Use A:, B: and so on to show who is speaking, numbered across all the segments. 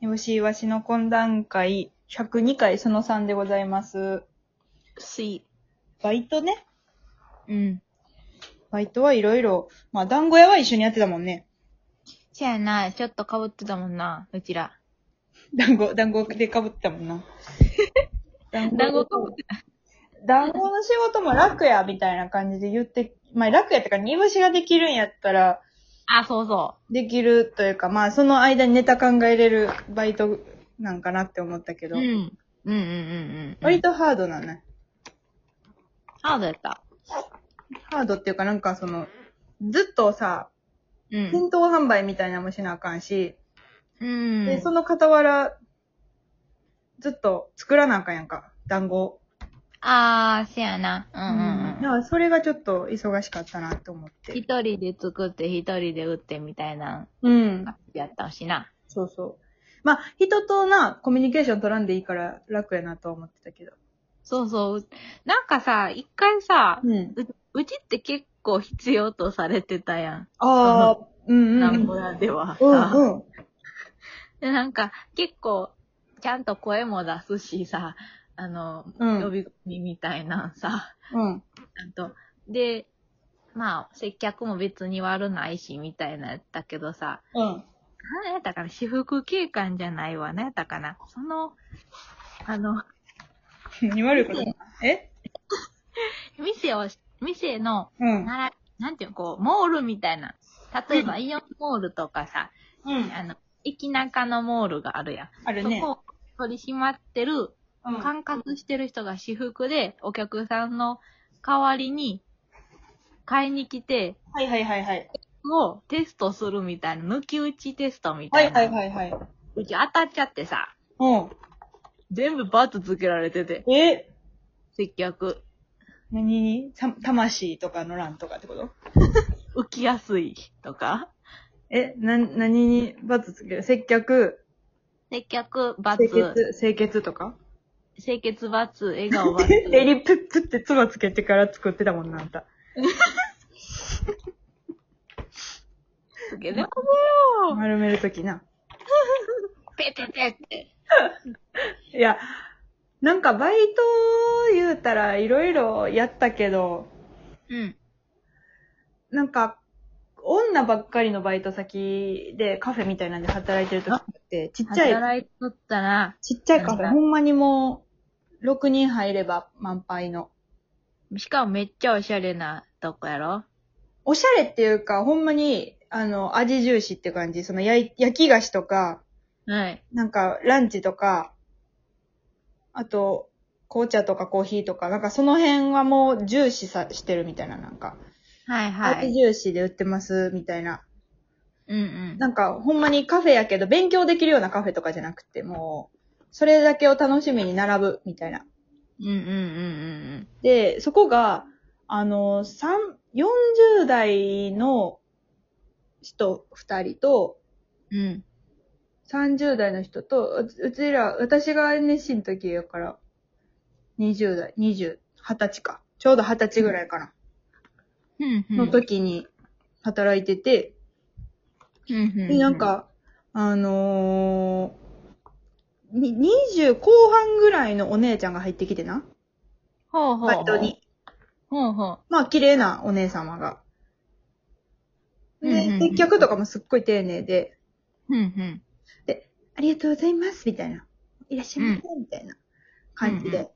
A: MC わしの懇談会102回その3でございます。
B: すい。
A: バイトね。うん。バイトはいろいろ。まあ、団子屋は一緒にやってたもんね。
B: せやな、ちょっと被ってたもんな、うちら。
A: 団子、団子で被ってたもん な。団
B: 団子被ってた。
A: 団子の仕事も楽や、みたいな感じで言って、まあ、楽やってか、煮干しができるんやったら、
B: あ、そうそ
A: できるというか、まあ、その間にネタ考えれるバイトなんかなって思ったけ
B: う。
A: ど、
B: ん。うんうんうんうん。
A: 割とハードなね。
B: ハードやった。
A: ハードっていうかなんかその、ずっとさ、
B: うん。
A: 店頭販売みたいなのもしなあかんし、
B: うん。
A: で、その傍ら、ずっと作らなあかんやんか、団子を。
B: あー、せやな。う
A: うんだ
B: うん
A: からそれがちょっと忙しかったなって思っ
B: うん。
A: て。
B: 一人で作って、一人で打ってみたいな、
A: うん。
B: やったしな。
A: そうそう。まあ、人とな、コミュニケーション取らんでいいから楽やなとは思ってたけど。
B: そうそう。なんかさ、一回さ、
A: うん。
B: うちって結構必要とされてたやん。
A: ああ、うんうん。う
B: なんんぼやでは。
A: うん。
B: で、なんか、結構、ちゃんと声も出すしさ、あの、
A: うん
B: 呼び込みみたいなん さ、
A: うん。
B: あと、で、まあ、接客も別に悪ないし、みたいなやったけどさ、
A: うん。
B: なんやったかな、私服警官じゃないわ、なんやったかな、その、あの、
A: に悪いこと。え
B: 店を、店の、
A: うん。
B: なら、なんていうの、こう、モールみたいな、例えばイオンモールとかさ、
A: うん
B: あの、駅中のモールがあるやん。
A: あるね
B: そ。こを取り締まってる
A: うん
B: 管轄してる人が私服でお客さんの代わりに買いに来て、
A: はいはいはいはい。
B: をテストするみたいな、抜き打ちテストみ
A: は
B: た
A: い
B: いな。
A: はいはいはい。
B: うち当たっちゃってさ、
A: う
B: 全部バツつけられてて、
A: ん。え
B: 接客。
A: 何にさ魂とかの欄とかってこと
B: 浮きやすいとか、
A: え、な、何に罰つける接客、
B: 接客バ
A: 清
B: ツ、
A: 潔、清潔とか
B: 清潔バツ、笑顔バツ。
A: えリプッツって唾つけてから作ってたもんな、あんた。
B: つ けて、
A: 丸めるときな。
B: ペペペって。
A: いや、なんかバイト言うたらいろいろやったけど、
B: うん。
A: なんか、女ばっかりのバイト先でカフェみたいなんで働いてるときって、ちっちゃい、
B: 働いとったら、
A: ちっちゃいカフェ、ほんまにもう、6人入れば満杯の。
B: しかもめっちゃおしゃれなとこやろ
A: おしゃれっていうか、ほんまに、あの、味重視って感じ。その焼い、焼き菓子とか、
B: はい。
A: なんか、ランチとか、あと、紅茶とかコーヒーとか、なんかその辺はもう重視さしてるみたいな、なんか。
B: はいは
A: 味
B: い。
A: 重視で売ってます、みたいな。
B: うんうん。
A: なんか、ほんまにカフェやけど、勉強できるようなカフェとかじゃなくて、もう、それだけを楽しみに並ぶ、みたいな。
B: うんうんうんうん
A: で、そこが、あの、三、40代の人2人と、
B: うん。うん。
A: 30代の人と、ううちら、私が NSC の時やから、20代、20、20歳か。ちょうど20歳ぐらいかな。
B: うんうん。
A: の時に働いてて、
B: うんうんう
A: で、なん、か、あのー、に20後半ぐらいのお姉ちゃんが入ってきてな。
B: ほうほうほう。
A: バイトに。。
B: ほうほ
A: まあ、綺麗なお姉様が。
B: うんうんう
A: で、
B: ん
A: 接客とかもすっごい丁寧で、
B: う。うん
A: ありがとうございます、みたいな。いらっしゃいませ、みたいな感じで。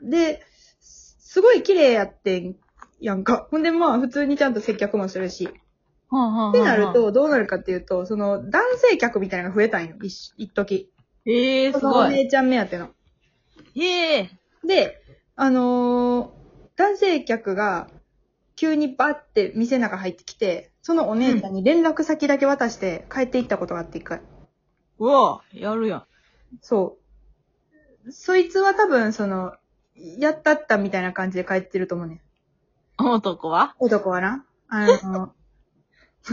A: で、すすごい綺麗やってんやんか。ほんで、まあ、普通にちゃんと接客もするし。っ
B: ほうほう。
A: てなる、と、どうなるかっていうと、その、男性客みたいなのが増えたんよ、一し一時。
B: ええー、す
A: そのお
B: ごい。
A: 姉ちゃん目当ての。
B: ええ
A: で、あのー男性客が、急にバッて店の中入ってきて、そのお姉ちゃんに連絡先だけ渡して帰っていったことがあって一回。
B: うわやるやん。
A: そう。そいつは多分、その、やったったみたいな感じで帰ってると思うね。
B: 男は
A: 男はな。あの、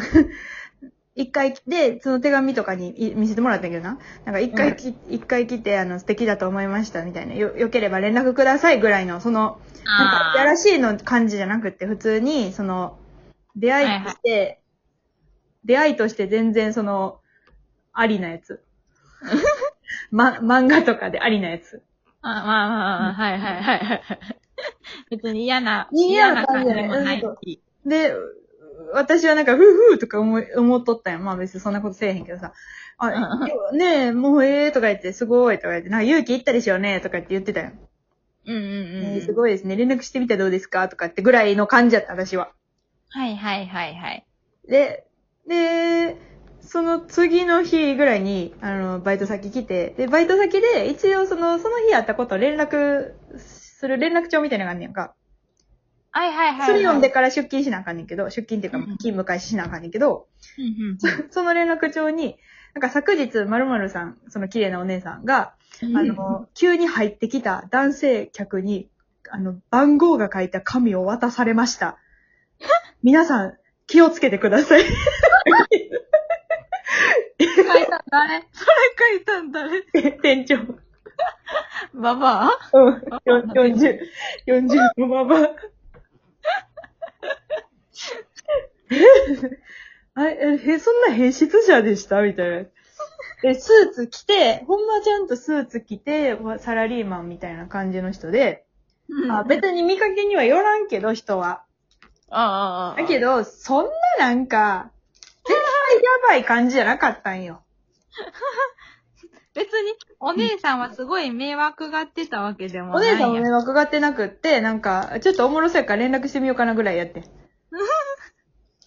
A: 一回来て、その手紙とかにい見せてもらったんやけどな。なんか一回き、一回来て、あの、素敵だと思いましたみたいな。よ、よければ連絡くださいぐらいの、その、なんか、や
B: あ
A: らしいの感じじゃなくて、普通に、その、出会いとして、 出会いとして全然その、ありなやつ。ま、漫画とかでありなやつ。
B: あ、まあまあまあ、はいはいはいはい。 別に嫌な、
A: 嫌な
B: 嫌
A: 感じ
B: でもないし。
A: で、私はなんか、ふうふうとか思い、思っとったんや。まあ別にそんなことせえへんけどさ。あ、
B: うん
A: 今日ねえ、もうええとか言って、すごいとか言って、なんか勇気いったでしょうねとか言って言ってたよ。
B: うんうんうん
A: え
B: う
A: ーす
B: ん。
A: ごいですね。連絡してみたらどうですかとかってぐらいの感じやった、私は。
B: はいはいはいはい。
A: で、で、その次の日ぐらいに、あの、バイト先来て、で、バイト先で、一応その、その日あったことを連絡する連絡帳みたいなのがあんねやんか。
B: はいはいはいはい。
A: それ読んで、から出勤しなあかんねんけど、出勤っていうか
B: うん、
A: 勤務開始しなあかんねんけど、
B: うんうん
A: その連絡帳に、なんか昨日、〇〇さん、その綺麗なお姉さんが、
B: うん。
A: あの、急に入ってきた男性客に、あの、番号が書いた紙を渡されました。皆さん、気をつけてください。書
B: 書いたんだね。それ 書いたんだね。
A: いて 店長。
B: ババア
A: うん。よ40、40のまま。あ え、えそんな変質者でしたみたいな。で、スーツ着て、ほんまちゃんとスーツ着て、わサラリーマンみたいな感じの人で、あ
B: あ
A: 別に見かけにはよらんけど、人は。
B: あああ。
A: だけど、そんななんか、絶対やばい感じじゃなかったんよ。
B: 別に、お姉さんはすごい迷惑がってたわけでも
A: お
B: ないや。
A: 姉さんも迷惑がってなくって、なんか、ちょっとおもろそうやから連絡してみようかなぐらいや ってん。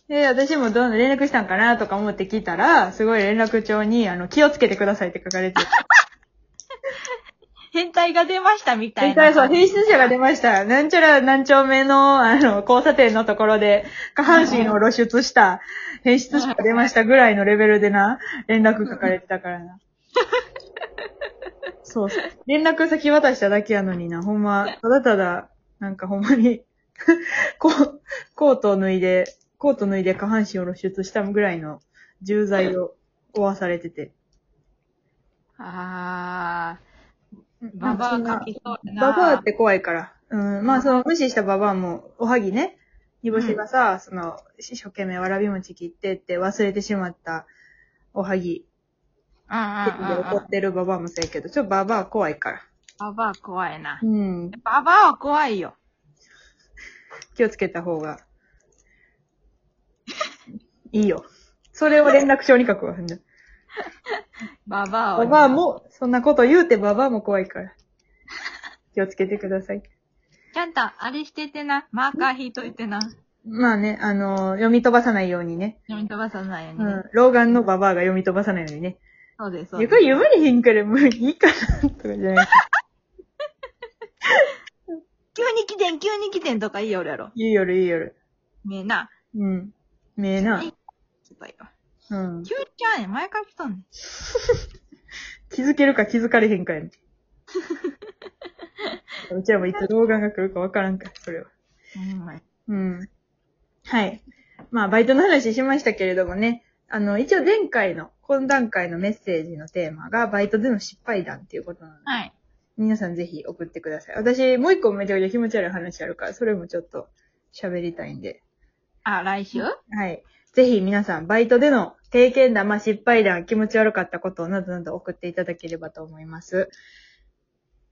A: で、私もどんどん連絡したんかなとか思って聞いたら、すごい連絡帳に、あの、気をつけてくださいって書かれて、
B: 変態が出ましたみたい
A: 変
B: な。
A: 態、そう、変質者が出ました。なんちゃら何丁目の、あの、交差点のところで、下半身を露出 した、変質者が出ましたぐらいのレベルでな、連絡書かれてたからな。そうそう。連絡先渡しただけやのにな、ほんま、ただただ、なんかほんまに、こう、コートを脱いで、コート脱いで下半身を露出したぐらいの重罪を負わされてて。
B: ああ。ババア書きそうやな。
A: ババアって怖いから。うん。まあ、その、無視したババアも、おはぎね、煮干しがさ、その、一生懸命わらび餅切ってって忘れてしまったおはぎ、
B: うん
A: 席
B: うん
A: で
B: うん
A: 怒
B: うん。
A: ってるババアもそうやけど、ちょっとババア怖いから。
B: ババア怖いな。
A: うん。
B: ババアは怖いよ。
A: 気をつけた方が、いいよ。それを連絡帳に書くわ。ほんで
B: ババアは
A: バ
B: ね。
A: バアも、そんなこと言うてババアも怖いから。気をつけてください。
B: ちゃんと、あれしててな。マーカー引いといてな。
A: まあね、あの読み飛ばさないようにね。
B: 読み飛ばさないように
A: う
B: ね。
A: ん。老眼のババアが読み飛ばさないようにね。
B: そうです、そうで
A: 床
B: す。
A: 読まれへんからもういいかな、とかじゃない。
B: 急に来てん、急に来てんとか言いよるやろ。
A: いい夜、いい夜。
B: ねえな。
A: うん。めえな。
B: ちょっとよ
A: うん。
B: 急にちゃうねん。前から来とんねん。
A: 気づけるか気づかれへんかや ね。うちらもいつ動画が来るかわからんから、それは。
B: うんまい
A: うん。はい。まあ、バイトの話しましたけれどもね。あの、一応前回の、今段階のメッセージのテーマが、バイトでの失敗談っていうことなので、
B: はい。
A: 皆さんぜひ送ってください。私、もう一個めちゃくちゃ気持ち悪い話あるから、それもちょっと喋りたいんで。
B: あ、来週
A: はい。ぜひ皆さん、バイトでの経験談、まあ、失敗談、気持ち悪かったことなどなど送っていただければと思います。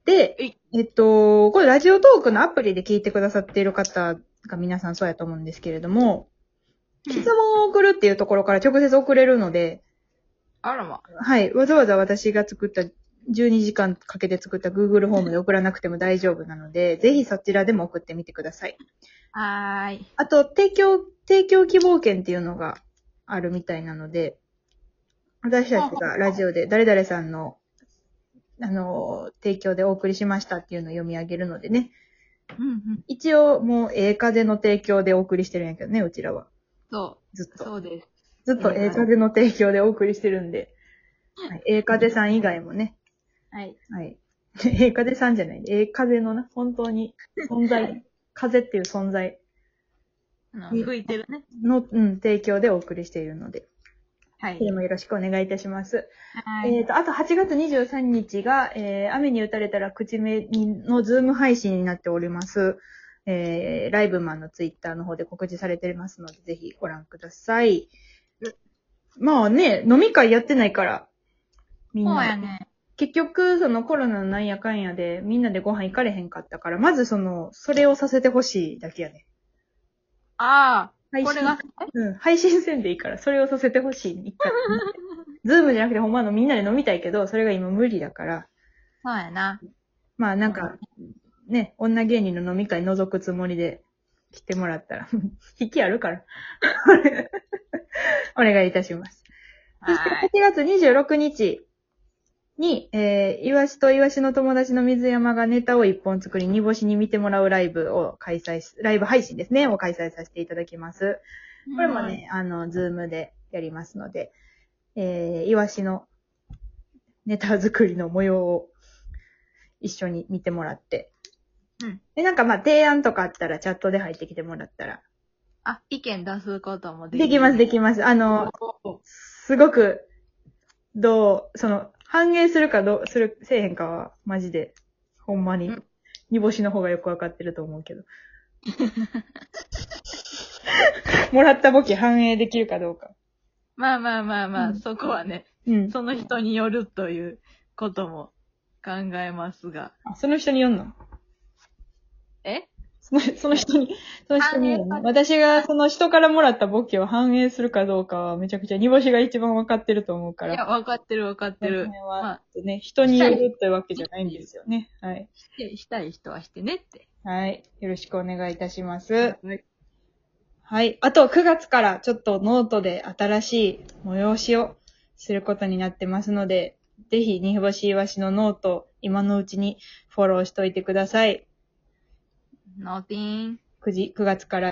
A: で
B: はい、
A: えっと、これラジオトークのアプリで聞いてくださっている方が皆さんそうやと思うんですけれども、質問を送るっていうところから直接送れるので、
B: あらま。
A: はい、わざわざ私が作った12時間かけて作った Google ホームで送らなくても大丈夫なので、ぜひそちらでも送ってみてください。
B: はーい。
A: あと、提供、提供希望券っていうのがあるみたいなので、私たちがラジオで誰々さんの、あの、提供でお送りしましたっていうのを読み上げるのでね。
B: うんうん。
A: 一応、もう、ええ風の提供でお送りしてるんやけどね、うちらは。
B: そ
A: ずっ
B: う。
A: と。
B: そうです。
A: ずっとええ風の提供でお送りしてるんで。はいええ風さん以外もね。
B: はい。
A: はい。 ええ風さんじゃない。ええ風のな、本当に存 在。風っていう存在。
B: あの、
A: え
B: 吹いてるね。
A: の、うん、提供でお送りしているので、
B: は
A: それもよろしくお願いいたします。
B: はい。
A: えっ、と、あと8月23日が、えー雨に打たれたら口目にのズーム配信になっております。えー、ライブマンのツイッターの方で告知されてますので、ぜひご覧ください。まあね、飲み会やってないから、みん
B: そう
A: な、
B: やね。
A: 結局、そのコロナのなんやかんやで、みんなでご飯行かれへんかったから、まずその、それをさせてほしいだけやね。
B: ああ、
A: 配
B: こ
A: 信
B: れが、
A: うん、配信せんでいいから、それをさせてほしい、一回。ズームじゃなくて、ほんまのみんなで飲みたいけど、それが今無理だから、
B: そう やな。
A: まあなんか、ね、女芸人の飲み会覗くつもりで来てもらったら、 引きあるから。 お願いいたします。そして
B: は
A: 8
B: い。
A: 月26日に、えー、イワシとイワシの友達の水山がネタを一本作り、煮干しに見てもらうライブを開催し、ライブ配信ですね、を開催させていただきます。これもね、あの、ズームでやりますので、えー、イワシのネタ作りの模様を一緒に見てもらって。
B: うん。
A: で、なんかまあ、提案とかあったらチャットで入ってきてもらったら。
B: あ、意見出すこともでき
A: できます、できます。あの、
B: ます。
A: すごく、どう、その、反映するかどう、する、せえへんかは、マジで、ほんまに
B: うん、
A: 煮干しの方がよくわかってると思うけど。 もらったボケ反映できるかどうか。
B: まあまあまあまあ、
A: うん
B: そこはね、
A: うん。
B: その人によるということも考えますが。
A: あその人によんの
B: え
A: そのその人に、その人によん
B: 反
A: の
B: 映
A: 私がその人からもらったボケを反映するかどうかは、めちゃくちゃ煮干しが一番わかってると思うか
B: いや、
A: ら。
B: わかってるわかっ
A: そ
B: て
A: の。
B: る
A: 辺は
B: まあ、
A: ね、人によるというわけじゃないんですよね。はい。
B: してしたい人はしてねって。
A: はい。よろしくお願いいたします。
B: はい
A: はい。あと、9月からちょっとノートで新しい催しをすることになってますので、ぜひ、にふぼしいわしのノート、今のうちにフォローしといてください。
B: ノーティーン。
A: 9, 時9月から